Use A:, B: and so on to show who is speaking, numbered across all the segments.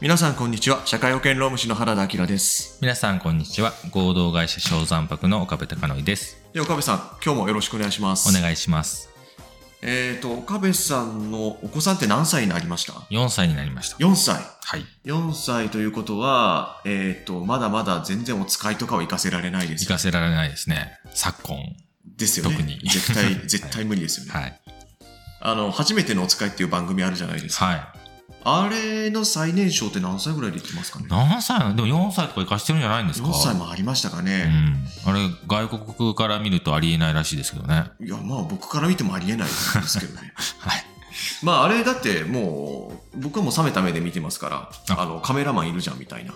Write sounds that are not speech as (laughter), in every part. A: 皆さんこんにちは社会保険労務士の原田明です
B: 皆さんこんにちは合同会社小山泊の岡部貴則です
A: で岡部さん今日もよろしくお願いします
B: お願いします
A: えーと岡部さんのお子さんって何歳になりました
B: 4歳になりました
A: 4歳
B: はい
A: 4歳ということはえーとまだまだ全然お使いとかは行かせられないで
B: 行
A: すよ
B: かせられないですね昨今
A: ですよね
B: 特に
A: 絶
B: (laughs)
A: 対絶対無理ですよね、
B: はい
A: あの初めてのお使いっていう番組あるじゃないですか、
B: は
A: あれの最年少って何歳ぐらいで行ってますかね
B: い何歳なのでも4歳とか行かしてるんじゃないんですか
A: 4歳もありましたか
B: う
A: ね、
B: んあれ外国から見るとありえないらしいですけどね
A: いやまあ僕から見てもありえないですけどね
B: (laughs) はい
A: まああれだってもう僕はもう冷めた目で見てますからあ
B: あ
A: のカメラマンいるじゃんみた
B: (laughs)
A: いな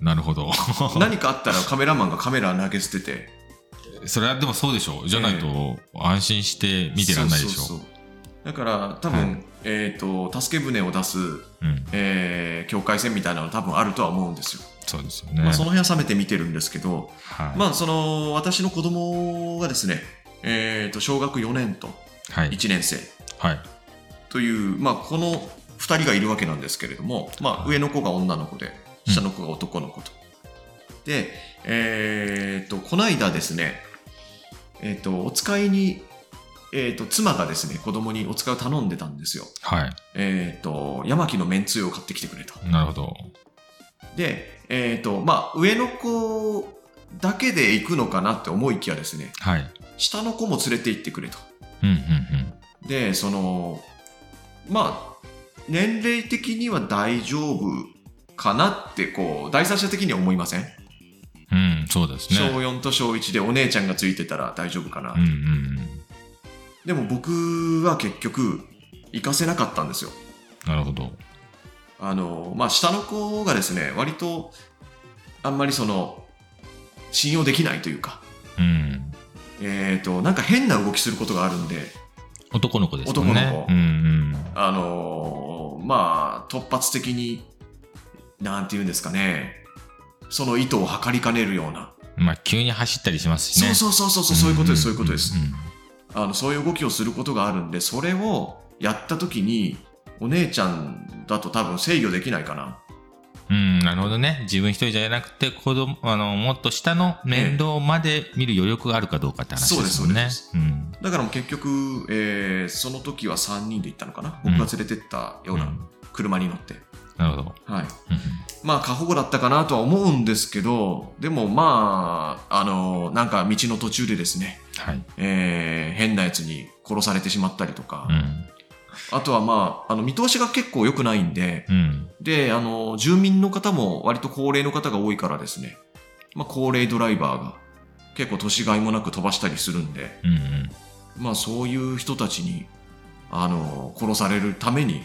B: なるほど
A: 何かあったらカメラマンがカメラ投げ捨てて
B: (laughs) それはでもそうでしょうじゃないと安心して見てらんないでし
A: そうそ
B: ょ
A: うそうだから多分、
B: は
A: えっ、と助け舟を出す、
B: うん
A: えー境界線みたいなの多分あるとは思うんですよ、
B: そうですよね
A: まあ、その辺は冷めて見てるんですけど、
B: はい
A: まあその私の子供がですねえっ、と小学4年と
B: はい
A: 1年生
B: はい
A: という、まあ、この2人がいるわけなんですけれども、まあ、上の子が女の子で
B: うん
A: 下の子が男の子と。で、えー、とこの間ですね、えー、とお使いに、えー、と妻がですね子供にお使いを頼んでたんですよ。
B: は
A: えー、と山木のめんつゆを買ってきてくれと。
B: いなるほど
A: で、えーとまあ、上の子だけで行くのかなって思いきやですね
B: はい
A: 下の子も連れて行ってくれと。
B: うんうんうん
A: でそのまあ年齢的には大丈夫かなってこう第三者的には思いません、
B: うん、そうです
A: 小
B: ね。
A: 4と小1でお姉ちゃんがついてたら大丈夫かな、
B: うんうんうん。
A: でも僕は結局行かせなかったんですよ
B: なるほど。
A: あのまあ下の子がですね割とあんまりその信用できないというか
B: うん。
A: えっ、となんか変な動きすることがあるんで
B: 男の子ですもんね。
A: 男の子
B: うんうん。
A: あのーまあ、突発的に、なんて言うんですかね、その意図を図りかねるような。
B: まあ、急に走ったりしますし
A: そう
B: ね。
A: そうそうそう、そういうことです、そういう
B: ん
A: ことです。
B: ん
A: あの、そういう動きをすることがあるんで、それをやったときに、お姉ちゃんだと多分制御できないかな。
B: うん、うんなるほどね。自分一人じゃなくて、子供、あの、もっと下の面倒まで見る余力があるかどうかって話ですもんね。
A: そう
B: うん。
A: だからもう結局、えーその時は3人で行ったのかな。僕が連れてったよう
B: う
A: なん車に乗って。
B: なるほど。
A: はい。
B: うんうん
A: まあ過保護だったかなとは思うんですけど、でもまあ、あのなんか道の途中でですね、
B: はい。
A: えー変なやつに殺されてしまったりとか、
B: うん。
A: あとはまあ、あの、見通しが結構良くないんで、
B: うん。
A: で、あの、住民の方も割と高齢の方が多いからですね、まあ、高齢ドライバーが結構年がいもなく飛ばしたりするんで、
B: うんうん。
A: まあ、そういう人たちに、あの、殺されるために、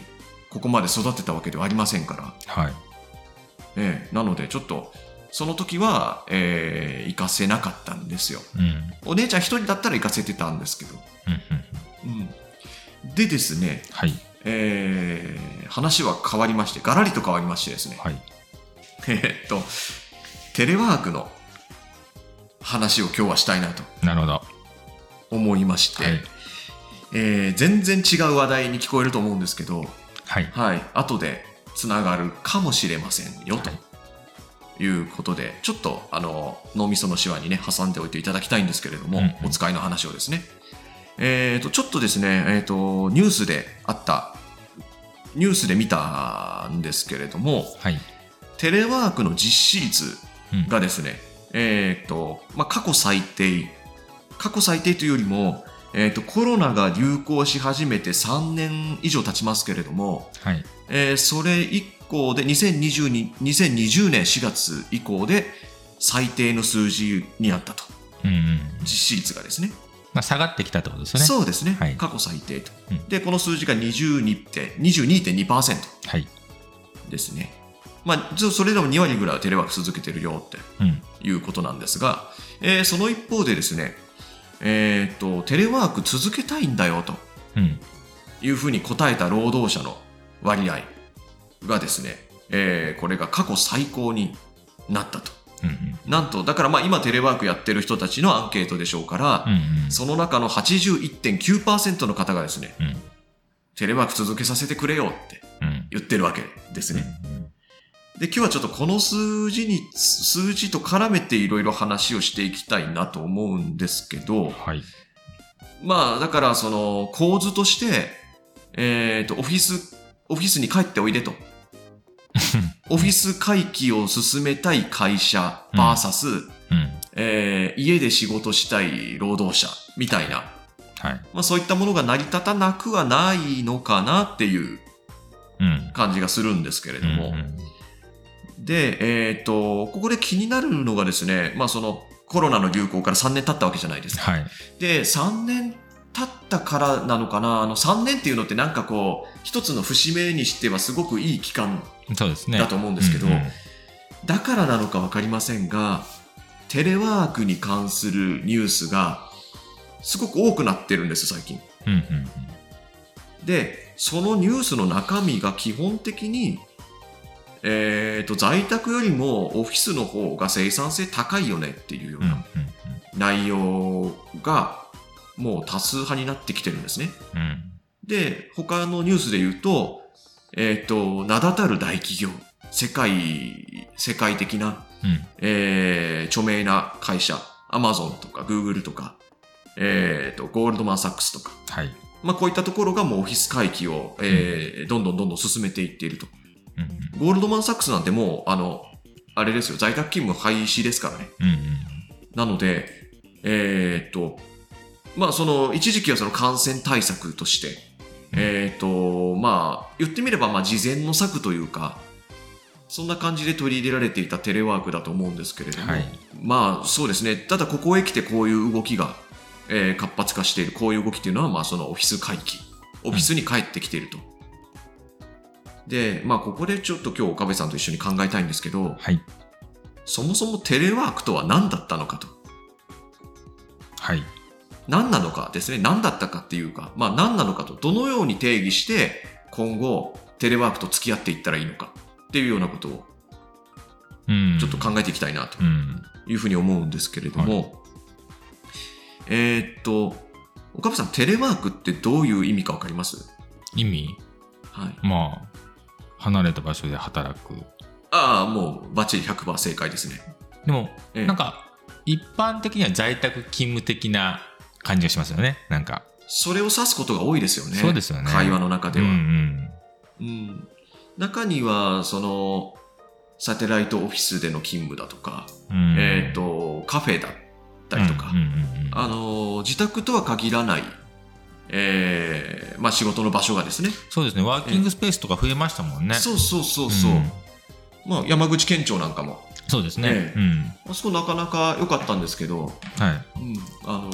A: ここまで育てたわけではありませんから、
B: はい。
A: ええなので、ちょっと、その時は、えー行かせなかったんですよ。
B: うん。うん
A: お姉ちゃん一人だったら行かせてたんですけど、
B: うんうん。
A: うん、でですね、
B: はい。
A: えー話は変わりましてガラリと変わりましてですね、
B: はい。
A: えーっとテレワークの話を今日はしたいなと
B: なるほど。は
A: 思いまして、
B: い。
A: えー全然違う話題に聞こえると思うんですけど、
B: はい。
A: はい、後でつながるかもしれませんよと
B: は
A: いうことで、ちょっとあの脳みそのシワにね挟んでおいていただきたいんですけれども、
B: うんうん
A: お使いの話をですね、えー、とちょっとですね、えー、とニュースであったニュースで見たんですけれども
B: はい。
A: テレワークの実施率
B: うん。
A: がですね、えーとまあ、過去最低過去最低というよりも、えー、とコロナが流行し始めて3年以上経ちますけれども、
B: はい。
A: えーそれ以降で2020に2020年4月以降で最低の数字になったと
B: うんうん。
A: 実施率がですね
B: まあ、下がってきたってことですよね。
A: そうですね、
B: はい
A: 過去最低と、
B: うん
A: でこの数字が22点22.2%
B: はい。
A: ですねまあちょそれでも2割ぐらいはテレワーク続けてるよって
B: うん。
A: いうことなんですが、えーその一方でですねえーっとテレワーク続けたいんだよと
B: うん。
A: いうふうに答えた労働者の割合がですね、えーこれが過去最高になったと。
B: うんうん。
A: なんと、だからまあ今テレワークやってる人たちのアンケートでしょうから、
B: うんうん。
A: その中の81.9%の方がですね、
B: うん。
A: テレワーク続けさせてくれよって
B: うん。
A: 言ってるわけですね。
B: うん
A: で、今日はちょっとこの数字に、数字と絡めていろいろ話をしていきたいなと思うんですけど、
B: はい。
A: まあ、だからその構図として、えっ、と、オフィス、オフィスに帰っておいで
B: (laughs)
A: と。オフィス回帰を進めたい会社
B: うん
A: VS、
B: うん。
A: えー家で仕事したい労働者みたいな、
B: はい。
A: まあ、そういったものが成り立たなくはないのかなっていう
B: うん。
A: 感じがするんですけれども。
B: うんうん
A: で、えっ、と、ここで気になるのがですね、まあそのコロナの流行から3年経ったわけじゃないですか。
B: はい。
A: で、3年経ったからなのかな、あの3年っていうのってなんかこう、一つの節目にしてはすごくいい期間
B: そうですね。
A: だと思うんですけど、
B: うんうん
A: だからなのかわかりませんが、テレワークに関するニュースがすごく多くなってるんです、最近。
B: うんうん
A: で、そのニュースの中身が基本的に、えー、と在宅よりもオフィスの方が生産性高いよねっていうよう
B: うんうん
A: な内容がもう多数派になってきてるんですね。
B: うんうん
A: で、他のニュースで言うと、えっ、と、名だたる大企業、世界、世界的な、
B: うん
A: えー著名な会社、アマゾンとか、グーグルとか、えっ、と、ゴールドマンサックスとか、
B: はい。
A: まあ、こういったところがもうオフィス回帰を、えーどんどんどんどん進めていっていると。
B: うん
A: ゴールドマンサックスなんてもう、あの、あれですよ、在宅勤務廃止ですからね。
B: うんうん
A: なので、えーっと、まあ、その、一時期はその感染対策として、
B: うん
A: えーっと、まあ、言ってみれば、まあ、事前の策というか、そんな感じで取り入れられていたテレワークだと思うんですけれども、
B: はい
A: まあ、そうですね、ただここへ来てこういう動きが、えー活発化している、こういう動きというのは、まあ、そのオフィス回帰、オフィスに帰ってきていると。で、まあ、ここでちょっと今日岡部さんと一緒に考えたいんですけど、
B: はい。
A: そもそもテレワークとは何だったのかと。
B: はい。
A: 何なのかですね何だったかっていうか、まあ、何なのかとどのように定義して今後テレワークと付き合っていったらいいのかっていうようなことを
B: うん。
A: ちょっと考えていきたいなと
B: うん。
A: いうふうに思うんですけれども、えーっと岡部さんテレワークってどういう意味か分かります
B: 意味
A: はい、
B: まあ、離れた場所で働く。
A: ああもうバッチリ100%正解ですね。
B: でも、
A: ええ
B: なんか、一般的には在宅勤務的な感じがしますよね。なんか。
A: それを指すことが多いですよね。
B: そうですよね
A: 会話の中で
B: う
A: は。
B: んうん。
A: うん、中には、その、サテライトオフィスでの勤務だとか、
B: うん
A: えー、とカフェだったりとか、
B: うんうんうんうん
A: あの自宅とは限らない、えーまあ、仕事の場所がですね
B: そうですね。ワーキングスペースとか増えましたもんね。
A: そうそうそうそう、
B: ん
A: まあ、山口県庁なんかも
B: そうですね
A: え。え
B: うん。
A: あそこなかなか良かったんですけど、
B: はい。
A: うんあの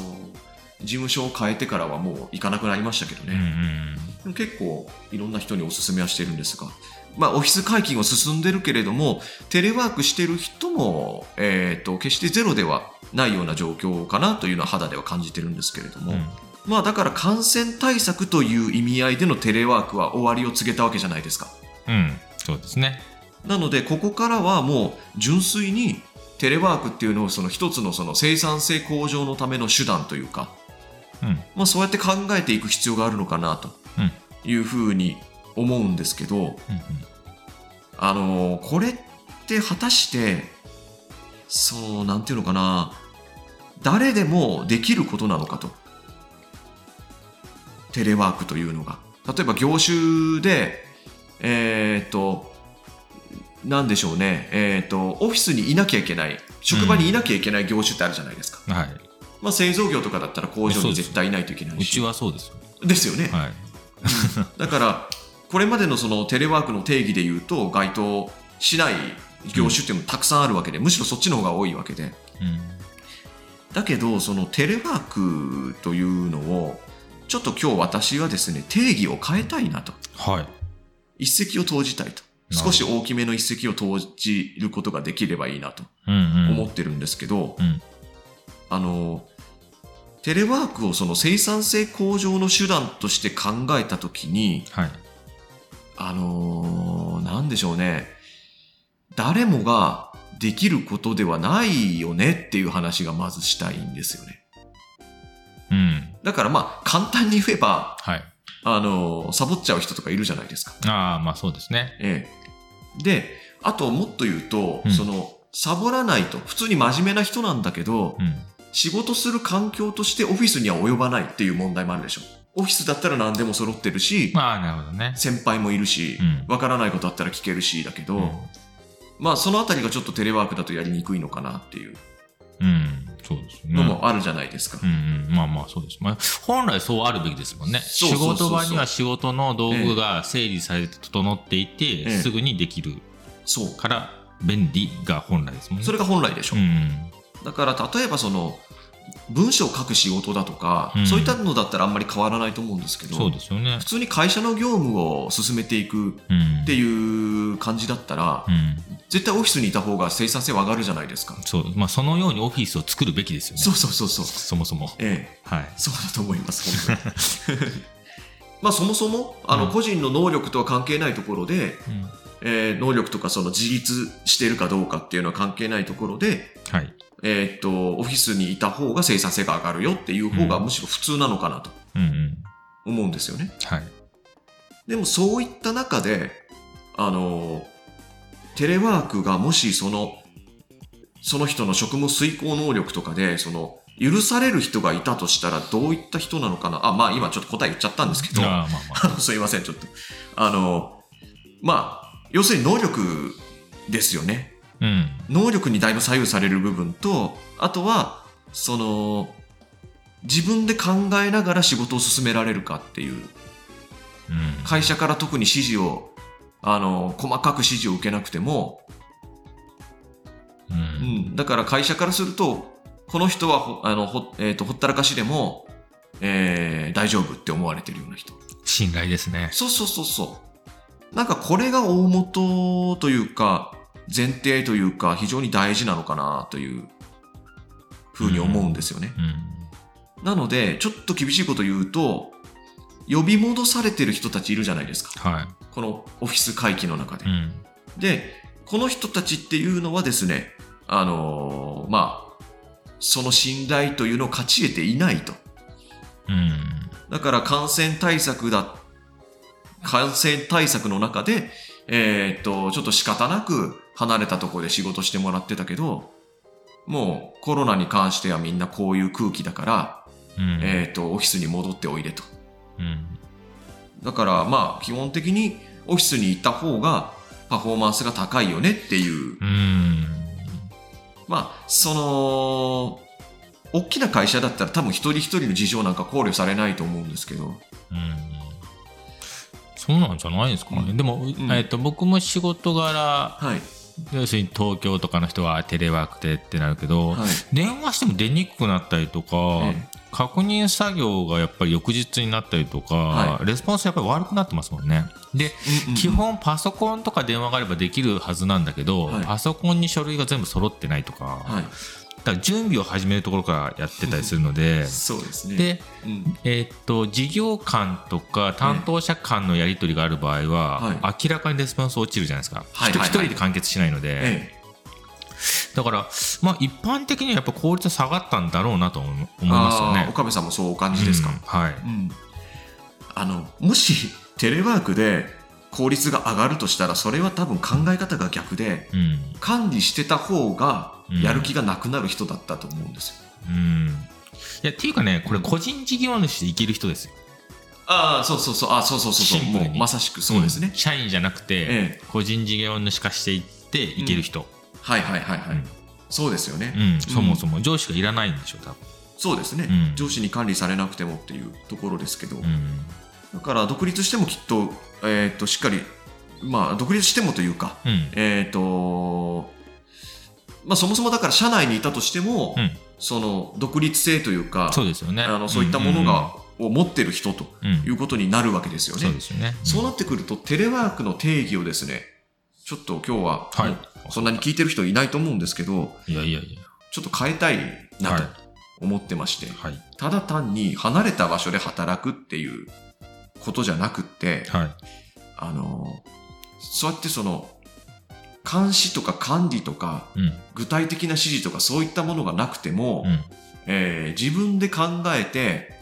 A: 事務所を変えてからはもう行かなくなりましたけど
B: うんう
A: ね、
B: ん
A: でも結構いろんな人におすすめはしてるんですが、まあ、オフィス解禁を進んでるけれどもテレワークしてる人も、えー、と決してゼロではないような状況かなというのは肌では感じてるんですけれども、
B: うん。
A: まあだから感染対策という意味合いでのテレワークは終わりを告げたわけじゃないですか。
B: うん。そうですね。
A: なのでここからはもう純粋にテレワークっていうのをその一つのその生産性向上のための手段というか、
B: うん。
A: まあそうやって考えていく必要があるのかなと
B: うん
A: いうふうに思うんですけど、
B: うん
A: あのーこれって果たして、そう、なんていうのかな、誰でもできることなのかと。テレワークというのが。例えば業種で、えーっと、なんでしょうね、えーっと、オフィスにいなきゃいけない、職場にいなきゃいけない業種ってあるじゃないですか。
B: うん。はい。
A: まあ製造業とかだったら工場
B: そう
A: に
B: です
A: 絶対いないといけな
B: う
A: い
B: ち
A: し。
B: はそうですよ。
A: ですよね。
B: はい。
A: だから、これまでのそのテレワークの定義で言うと、該当しない業種っていうのもたくさんあるわけで、むしろそっちの方が多いわけで。
B: うん。
A: だけど、そのテレワークというのを、ちょっと今日私はですね、定義を変えたいなと。
B: はい。
A: 一石を投じたいと。
B: な
A: 少
B: るほど
A: し大きめの一石を投じることができればいいなと
B: うんうん。
A: 思ってるんですけど、
B: うん
A: あの、テレワークをその生産性向上の手段として考えたときに、
B: はい。
A: あのーなんでしょうね。誰もができることではないよねっていう話がまずしたいんですよね。
B: うん。
A: だからまあ、簡単に言えば、
B: はい。
A: あのーサボっちゃう人とかいるじゃないですか。
B: ああ、まあそうですね。
A: ええ。で、あともっと言うと、
B: うん
A: その、サボらないと、普通に真面目な人なんだけど、
B: うん。
A: 仕事する環境としてオフィスには及ばないっていう問題もあるでしょ。オフィスだったら何でも揃ってるし、
B: まあ、なるほどね。
A: 先輩もいるし
B: うん、
A: わからないことあったら聞けるし、だけど、まあそのあたりがちょっとテレワークだとやりにくいのかなっていう
B: うん。うん。そうですよね。
A: のもあるじゃないですか。
B: うんうん、まあまあそうです、まあ、本来そうあるべきですもんね
A: そうそうそうそう
B: 仕事場には仕事の道具が整理されて整っていて、
A: ええ
B: すぐにできる
A: そう。
B: から便利が本来ですもんね
A: それが本来でしょ
B: う。ん
A: だから例えばその、文章を書く仕事だとか、
B: うん
A: そういったのだったらあんまり変わらないと思うんですけど、
B: そうですよね
A: 普通に会社の業務を進めていく
B: うん
A: っていう感じだったら、
B: うん
A: 絶対オフィスにいた方が生産性は上がるじゃないですか。
B: そうまあそのようにオフィスを作るべきですよね
A: そうそうそうそう。
B: そもそも
A: ええ、
B: はい
A: そうだと思います、本当に。 (laughs) まあそもそも、あ
B: う
A: の、
B: ん
A: 個人の能力とは関係ないところで、
B: うん
A: えー能力とかその自立してるかどうかっていうのは関係ないところで、
B: はい
A: えーっと、オフィスにいた方が生産性が上がるよっていう方が
B: うん
A: むしろ普通なのかなと
B: うんうん
A: 思うんですよね。
B: はい
A: でもそういった中で、あのー、テレワークがもしその、その人の職務遂行能力とかで、その、許される人がいたとしたらどういった人なのかなあ、まあ今ちょっと答え言っちゃったんですけど、
B: ああまあまあ
A: あの、 (laughs) すいません、ちょっと。あの、まあ、要するに能力ですよね。
B: うん
A: 能力にだいぶ左右される部分と、あとは、その、自分で考えながら仕事を進められるかっていう、
B: うん
A: 会社から特に指示を、あの、細かく指示を受けなくても、う
B: う
A: んん、だから会社からすると、この人はほ、あの、ほ、えっ、と、ほったらかしでも、えー、大丈夫って思われてるような人。
B: 信頼ですね
A: そうそうそうそう。なんかこれが大元というか、前提というか、非常に大事なのかなというふうに思うんですよね。
B: うん
A: なので、ちょっと厳しいこと言うと、呼び戻されてる人たちいるじゃないですか。
B: は
A: このオフィス会議の中で
B: い、う。ん、
A: で、この人たちっていうのはですね、あのーまあ、その信頼というのを勝ち得ていないと。
B: うん、
A: だから感染対策だ、感染対策の中で、えーっと、ちょっと仕方なく離れたところで仕事してもらってたけど、もうコロナに関してはみんなこういう空気だから、
B: うん
A: えーっと、オフィスに戻っておいでと。
B: うん
A: だからまあ、基本的にオフィスにいた方がパフォーマンスが高いよねっていう、
B: うん
A: まあ、その、大きな会社だったら多分一人一人の事情なんか考慮されないと思うんですけど、
B: うんそうなんじゃないですかね、
A: う
B: でも、
A: ん
B: えっと僕も仕事柄
A: はい、
B: 要するに東京とかの人はテレワークでってなるけど、
A: はい。
B: 電話しても出にくくなったりとか、
A: え
B: 確認作業がやっぱり翌日になったりとか、
A: は
B: レスポンスやっぱり悪くなってますもんねで、
A: うんうん
B: 基本パソコンとか電話があればできるはずなんだけど、
A: はい
B: パソコンに書類が全部揃ってないとか,、
A: はい、
B: だから準備を始めるところからやってたりするので
A: そうですね。
B: で
A: うん、
B: えーっと事業間とか担当者間のやり取りがある場合は、
A: は
B: 明らかにレスポンス落ちるじゃないですか、
A: はいはいはい
B: 一人一人で完結しないので、
A: ええ、
B: だから、まあ、一般的にはやっぱ効率は下がったんだろうなと思いますよ
A: あー
B: ね。
A: 岡部さんもそうお感じですか
B: うん。はい、
A: うん、あのもしテレワークで効率が上がるとしたら、それは多分考え方が逆で、
B: うん
A: 管理してた方がやる気がなくなる人だったと思うんですよ。
B: うん、いやっていうかねこれ個人事業主で生きる人ですよ。
A: ああ、そうそうそう、あそうそうそうそう、
B: シンプ
A: も
B: ルに
A: うまさしくそうです
B: ん
A: ね。
B: 社員じゃなくて、
A: ええ、
B: 個人事業主化していっていける人、
A: はいはいはいはい、
B: うん
A: そうですよね、
B: うんそもそも上司がいらないんでしょ多分。
A: そうですね、
B: うん
A: 上司に管理されなくてもっていうところですけど。
B: うん
A: だから独立してもきっと,、えーっとしっかり、まあ、独立してもというか、
B: うん
A: えーっとまあ、そもそもだから社内にいたとしても、
B: うん
A: その独立性というか
B: そうですよね。
A: あのそういったものが、を持ってる人と
B: うんうんうん
A: いうことになるわけですよね。
B: そうですよね。
A: そうなってくるとテレワークの定義をですねちょっと今日は、
B: はい
A: もうそんなに聞いてる人いないと思うんですけど
B: いやいやいや。
A: ちょっと変えたいな
B: はい
A: と思ってまして、
B: はい
A: ただ単に離れた場所で働くっていうことじゃなくって、
B: はい。
A: あの、そうやってその、監視とか管理とか、
B: うん
A: 具体的な指示とかそういったものがなくても、
B: うん
A: えー自分で考えて、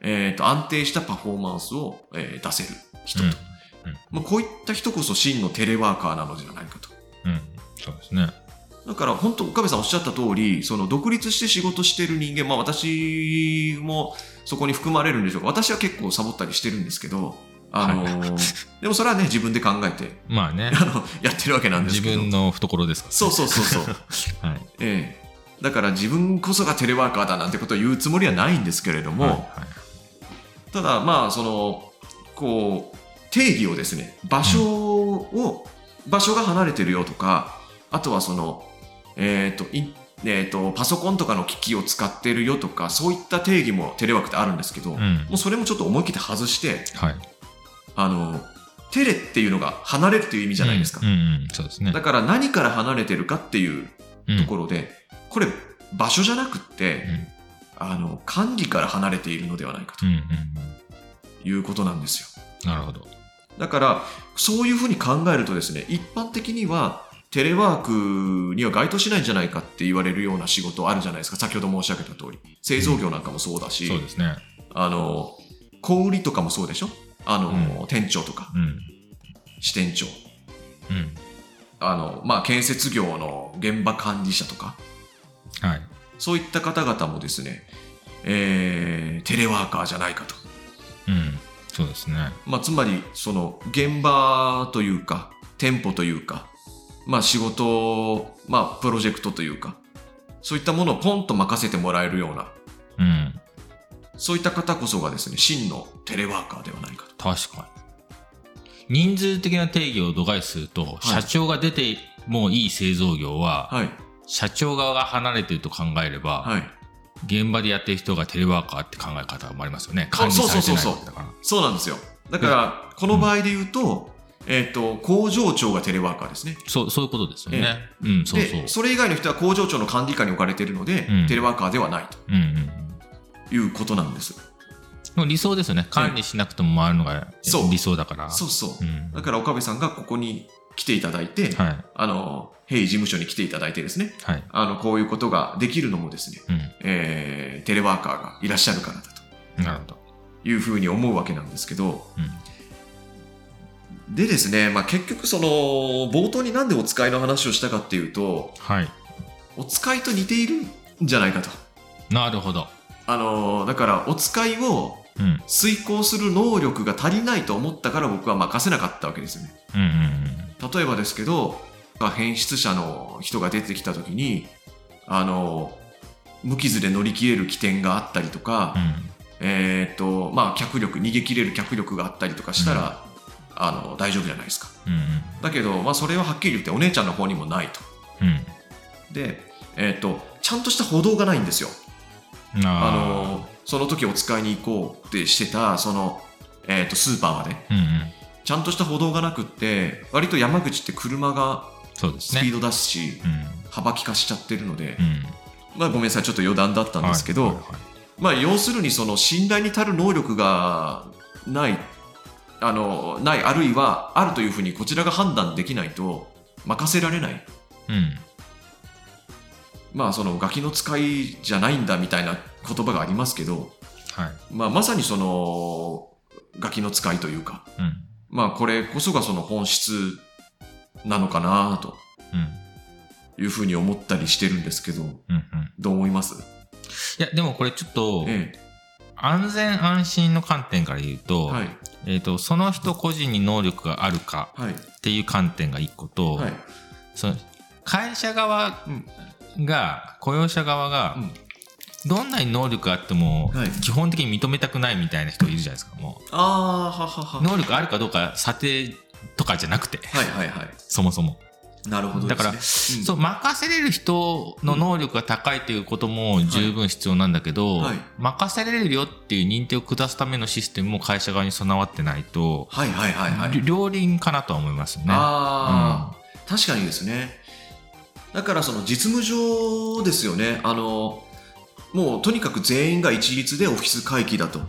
A: えーと安定したパフォーマンスを、えー出せる人と、
B: うん
A: まあ、こういった人こそ真のテレワーカーなのではないかと
B: そうですね。
A: だから本当岡部さんおっしゃった通りその独立して仕事してる人間、まあ、私もそこに含まれるんでしょうか私は結構サボったりしてるんですけどあの (laughs) でもそれはね自分で考えて
B: まあね、
A: あのやってるわけなんです
B: 自
A: けど
B: 分の懐ですか
A: そうそうそうそう、
B: ら。 (laughs) はい。
A: ええ、だから自分こそがテレワーカーだなんてことを言うつもりはないんですけれども、
B: はいはい
A: ただまあそのこう定義をですね場所を、場所が離れてるよとかあとはそのえっ、といえー、とパソコンとかの機器を使ってるよとかそういった定義もテレワークってあるんですけど、も
B: うん。
A: うそれもちょっと思い切って外して
B: はい。
A: あのテレっていうのが離れるという意味じゃないですか、
B: うん、うんうんそうですね。
A: だから何から離れてるかっていう
B: うん
A: ところで、これ場所じゃなくって、あの管理から離れているのではないか
B: うんうん
A: ということなんですよ
B: うんなるほど。
A: だからそういうふうに考えるとですね一般的にはテレワークには該当しないんじゃないかって言われるような仕事あるじゃないですか先ほど申し上げた通り製造業なんかもそうだし、
B: そうですね。
A: あの小売りとかもそうでしょあの、店長とか
B: うん。
A: 支店長
B: うん。
A: あの、まあ、建設業の現場管理者とか
B: はい。
A: そういった方々もですね、えーテレワーカーじゃないかと、
B: うん。そうですね。
A: まあ、つまりその現場というか店舗というか、まあ、仕事、まあ、プロジェクトというかそういったものをポンと任せてもらえるような
B: うん。
A: そういった方こそがですね真のテレワーカーではないかと。
B: 確かに。人数的な定義を度外視すると、社長が出てもいい製造業は、
A: はい、
B: 社長側が離れてると考えれば、
A: はい、
B: 現場でやってる人がテレワーカーって考え方もありますよね。管理されてないわけだから。
A: そうなんですよだからこの場合で言うと,、えっと工場長がテレワーカーですね
B: そう、そういうことですよね。うん、そうそう
A: で。それ以外の人は工場長の管理下に置かれているので、
B: うん
A: テレワーカーではない
B: うんうんうん。
A: ということなんです
B: でも理想ですよね。管理しなくても回るのが
A: そう
B: 理想だから。
A: そうそう
B: う。ん。
A: だから岡部さんがここに来ていただいて、
B: はい。
A: あの、ヘイ事務所に来ていただいてですね、
B: はい。
A: あの、こういうことができるのもですね、
B: う
A: えーテレワーカーがいらっしゃるからだと
B: ん。なるほど。
A: いうふうに思うわけなんですけど、
B: うん。
A: でですね、まあ、結局その、冒頭になんでお使いの話をしたかっていうと、
B: はい。
A: お使いと似ているんじゃないかと。
B: なるほど。
A: あの、だから、お使いを
B: うん。うん
A: 遂行する能力が足りないと思ったから僕は任せなかったわけですよね。
B: うん
A: 例えばですけど変質者の人が出てきた時にあの無傷で乗り切れる起点があったりと
B: うん。う
A: か、
B: ん。
A: えーっとまあ、脚力逃げ切れる脚力があったりとかしたら、あの大丈夫じゃないですか
B: うん
A: だけど、まあ、それははっきり言ってお姉ちゃんの方にもないと
B: うん。
A: で、えーっとちゃんとした歩道がないんですよ
B: うん。
A: あ
B: あ
A: のその時お使いに行こうってしてたその、えーっとスーパーまで
B: ー。うんうん。
A: ちゃんとした歩道がなくって割と山口って車が
B: そうです
A: スピ
B: ね
A: ー。ド出すし、
B: うん。
A: 幅利かしちゃってるので、
B: うん。
A: まあ、ごめんなさい、ちょっと余談だったんですけど、
B: はいはいはい
A: まあ、要するにその信頼に足る能力がない、あのない、あるいはあるというふうにこちらが判断できないと、任せられない、
B: うん。
A: まあ、そのガキの使いじゃないんだみたいな言葉がありますけど、
B: はい。
A: まあ、まさにそのガキの使いというか、
B: うん。
A: まあ、これこそがその本質なのかなと
B: うん。
A: いうふうに思ったりしてるんですけど、
B: うんうん。
A: どう思います
B: いや、でもこれちょっと、
A: え
B: 安全安心の観点から言う
A: え、
B: と、
A: はい、
B: えっ、と、その人個人に能力があるか
A: はい、
B: っていう観点が一個と、
A: はい。
B: その会社側
A: うん
B: が、雇用者側が、
A: うん
B: どんなに能力があっても、
A: はい
B: 基本的に認めたくないみたいな人いるじゃないですか、も
A: ああ、ははは
B: う。。能力あるかどうか、査定とかじゃなくて、
A: はいはいはい。
B: そもそも。
A: なるほど、ね。
B: だから
A: うん
B: そう、任せれる人の能力が高いということも十分必要なんだけど、
A: はい
B: 任せれるよっていう認定を下すためのシステムも会社側に備わってないと、
A: はいはいはいはい。
B: り両輪かなとは思いますよね。
A: ああ、確かにですね。だからその実務上ですよね。あの、もうとにかく全員が一律でオフィス会議だと、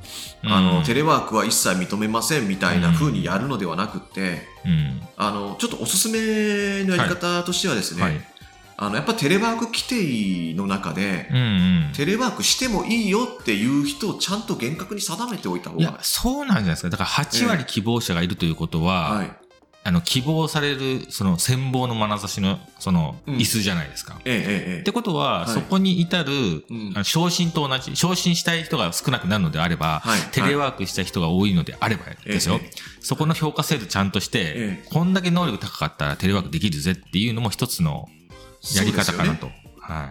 A: あのテ
B: レ
A: レワークは一切認めませんみたいな風にやるのではなくって、
B: うん、
A: あのちょっとおすすめのやり方としてはですね、
B: はい。
A: あのやっぱテレワーク規定の中で、
B: うんうん。
A: テレワークしてもいいよっていう人をちゃんと厳格に定めておいた方
B: いや
A: が、
B: そうなんじゃないですか。だから8割希望者がいるということは、
A: はい、
B: あの希望されるその羨望の眼差しのその
A: うん
B: 椅子じゃないですか。
A: ええ
B: っ
A: えええ
B: てことは、
A: はい
B: そこに至る、
A: うん
B: あの昇進と同じ、昇進したい人が少なくなるのであれば、
A: はい
B: テレワークした人が多いのであればですよ、
A: え
B: そこの評価制度ちゃんとして、
A: え
B: こんだけ能力高かったらテレワークできるぜっていうのも一つの
A: え
B: やり方かなと。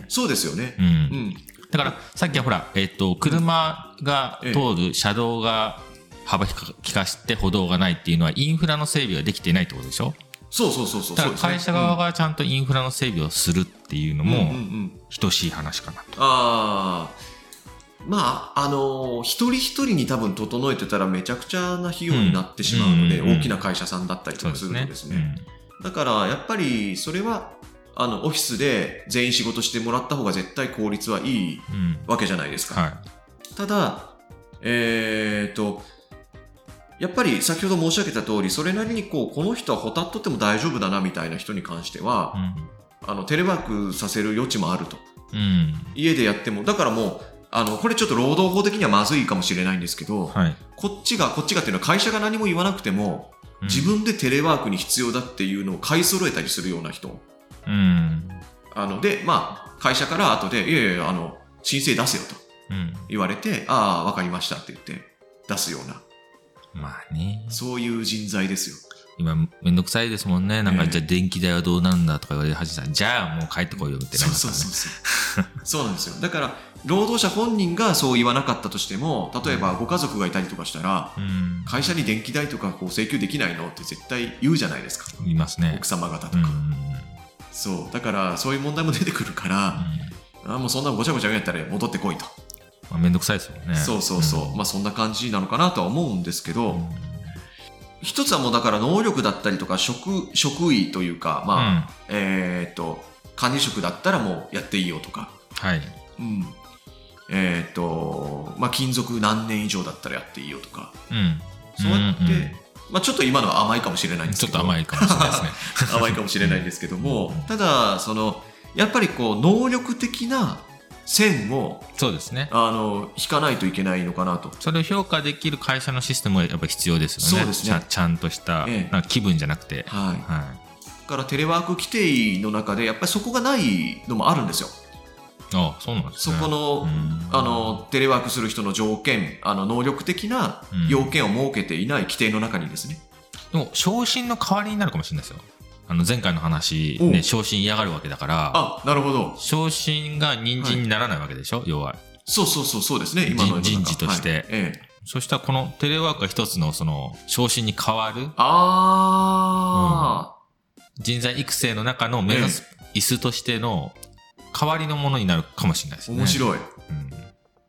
A: そうですよね
B: はい。
A: そうですよね
B: う。ん
A: う。ん。
B: だから、さっきはほら、えっ、と、車が通る車道が幅利か利かして歩道がないっていうのは、インフラの整備ができてないってことでしょ
A: そうそうそうそう。
B: だか
A: そう
B: ら
A: ですね
B: 会社側がちゃんとインフラの整備をするっていうの
A: うんうんう
B: も、
A: ん
B: 等しい話かなと。
A: ああ。まあ、あのー一人一人に多分整えてたらめちゃくちゃな費用になってしまうので、
B: うんうんうん
A: 大きな会社さんだったりとかするとですね。
B: うん
A: だから、やっぱりそれは、あの、オフィスで全員仕事してもらった方が絶対効率はいい
B: うん。
A: わけじゃないですか。
B: は
A: ただ、えー、と、やっぱり先ほど申し上げた通り、それなりにこう、この人はほたっとっても大丈夫だなみたいな人に関して
B: い。う
A: は、
B: ん
A: あの、テレワークさせる余地もあると。
B: うん。
A: 家でやっても、だからもう、あの、これちょっと労働法的にはまずいかもしれないんですけど、
B: はい。
A: こっちが、こっちがっていうのは会社が何も言わなくても、
B: うん
A: 自。分でテレワークに必要だっていうのを買い揃えたりするような人。
B: うん。
A: あの、で、まあ、会社から後で、いやいやいや、あの、申請出せよと
B: うん。
A: 言われて、ああ、わかりましたって言って出すような。
B: まあね。
A: そういう人材ですよ。
B: 今、めんどくさいですもんね。なん
A: え
B: か、
A: え
B: じゃあ電気代はどうなんだとか言われ始めたら、じゃあもう帰ってこいよって
A: そ
B: なり
A: う
B: ます
A: そう
B: から
A: そうそう。そ
B: ね。
A: うなんですよ。だから、労働者本人がそう言わなかったとしても、例えばご家族がいたりとかしたら、
B: うん。
A: 会社に電気代とかこう請求できないのって絶対言うじゃないですか。
B: いますね
A: 奥。様方と
B: う
A: か。
B: ん。
A: そう。だから、そういう問題も出てくるから、あもうそんなのごちゃごちゃ言うんやったら戻ってこいと。
B: まあ、めんどくさいですよね。
A: そうそうそう。
B: ん
A: まあそんな感じなのかなとは思うんですけど、一つはもうだから能力だったりとか職、職位というか、
B: うん
A: まあ、えーっと、管理職だったらもうやっていいよとか、
B: はい。
A: うん、えーっと、まあ、勤続何年以上だったらやっていいよとか、
B: うん。
A: そうやって、
B: うんうん
A: まあ、ちょっと今のは甘いかもしれないんですけ
B: ちょっ
A: ど
B: と甘いかもしれないですね。
A: (laughs)
B: (laughs)
A: 甘いかもしれないんですけども
B: うん
A: ただそのやっぱりこう能力的な線を
B: そうですね。
A: あの引かないといけないのかなと。
B: それを評価できる会社のシステムはやっぱ必要ですよ
A: そ
B: ね。
A: うですね
B: ちゃちゃんとした、
A: ええ
B: なんか気分じゃなくて。
A: はい、だ
B: は
A: からテレワーク規定の中でやっぱりそこがないのもあるんですよ。
B: い。ああ、そうなんです
A: そ
B: ね。
A: この,、
B: うん
A: あのテレワークする人の条件あの能力的な要件を設けていない規定の中にですね、
B: でも昇進の代わりになるかもしれないですよ。あの前回の話、
A: おう
B: ね、昇進嫌がるわけだから、
A: あなるほど
B: 昇進が人参にならないわけでしょ、要は。
A: そうそうそうそうですね今の世の中
B: 人人事として
A: はいええ、
B: そしたらこのテレワークが一つのその昇進に変わる
A: ああ、
B: 人材育成の中の目指す椅子としての代わりのものになるかもしれないですね。
A: 面
B: い。
A: 白い、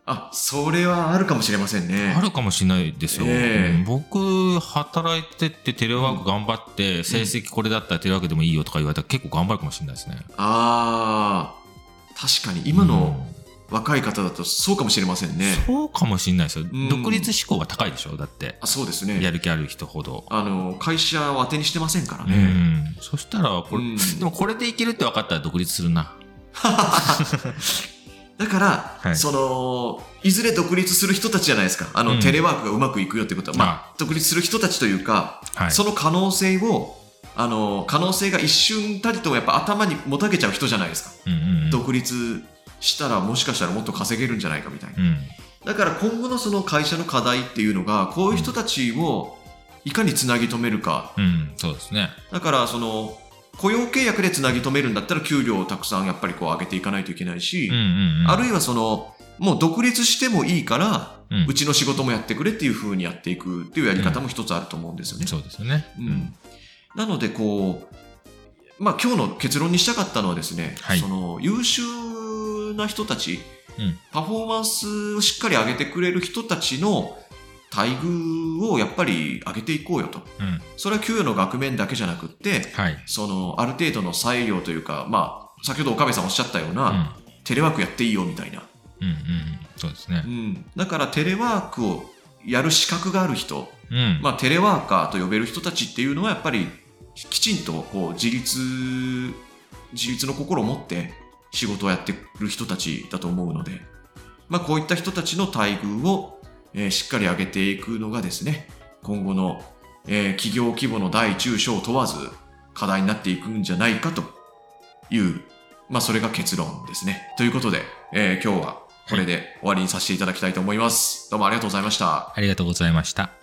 A: あそれはあるかもしれませんね
B: あるかもしれないですよ、
A: ええ
B: うん僕、働いてってテレワーク頑張って、成績これだったらテレワークでもいいよとか言われたら結構頑張るかもしれないですね。
A: あー確かに今の
B: うん
A: 若い方だとそうかもしれませんね、
B: そうかもしれないですよ。
A: ん
B: 独立志向が高いでしょだって。
A: あそうです
B: や
A: ね
B: る気ある人ほど。
A: あの会社を当てにしてませんから
B: う
A: ね、
B: ん。そしたら、これ、
A: うん
B: でもこれでいけるって分かったら独立するな。
A: だから、
B: はい
A: そのいずれ独立する人たちじゃないですかあの、
B: うん
A: テレワークがうまくいくよってことは、まあ、
B: あ
A: 独立する人たちというか、
B: はい。
A: その可能性をあの可能性が一瞬たりともやっぱ頭にもたげちゃう人じゃないですか、
B: うんうんうん
A: 独立したらもしかしたらもっと稼げるんじゃないかみたいな
B: うん。
A: だから今後のその会社の課題っていうのがこういう人たちをいかにつなぎ止めるか
B: うん。そうですね。
A: だからその雇用契約でつなぎ止めるんだったら給料をたくさんやっぱりこう上げていかないといけないし、
B: うんうんうん。
A: あるいはそのもう独立してもいいから、
B: う
A: うんちの仕事もやってくれっていう風にやっていくっていうやり方も一つあると思うんですよね。
B: そうですよね。
A: うん、なのでこう、まあ、今日の結論にしたかったのはですね、
B: はい
A: その優秀な人たち、
B: うん
A: パフォーマンスをしっかり上げてくれる人たちの待遇をやっぱり上げていこうよと
B: うん。
A: それは給与の額面だけじゃなくって
B: はい。
A: そのある程度の裁量というか、まあ、先ほど岡部さんおっしゃったよう
B: う
A: な、
B: ん。
A: テレワークやっていいよみたいな、
B: うんうんうん。そうですね
A: う。ん、だからテレワークをやる資格がある人
B: うん。
A: まあ、テレワーカーと呼べる人たちっていうのはやっぱりきちんとこう自立自立の心を持って仕事をやってる人たちだと思うので、まあ、こういった人たちの待遇を、えーしっかり上げていくのがですね今後の、えー企業規模の大中小問わず課題になっていくんじゃないかという、まあ、それが結論ですね。ということで、えー今日はこれで終わりにさせていただきたいと思います。どうもありがとうございました。
B: ありがとうございました。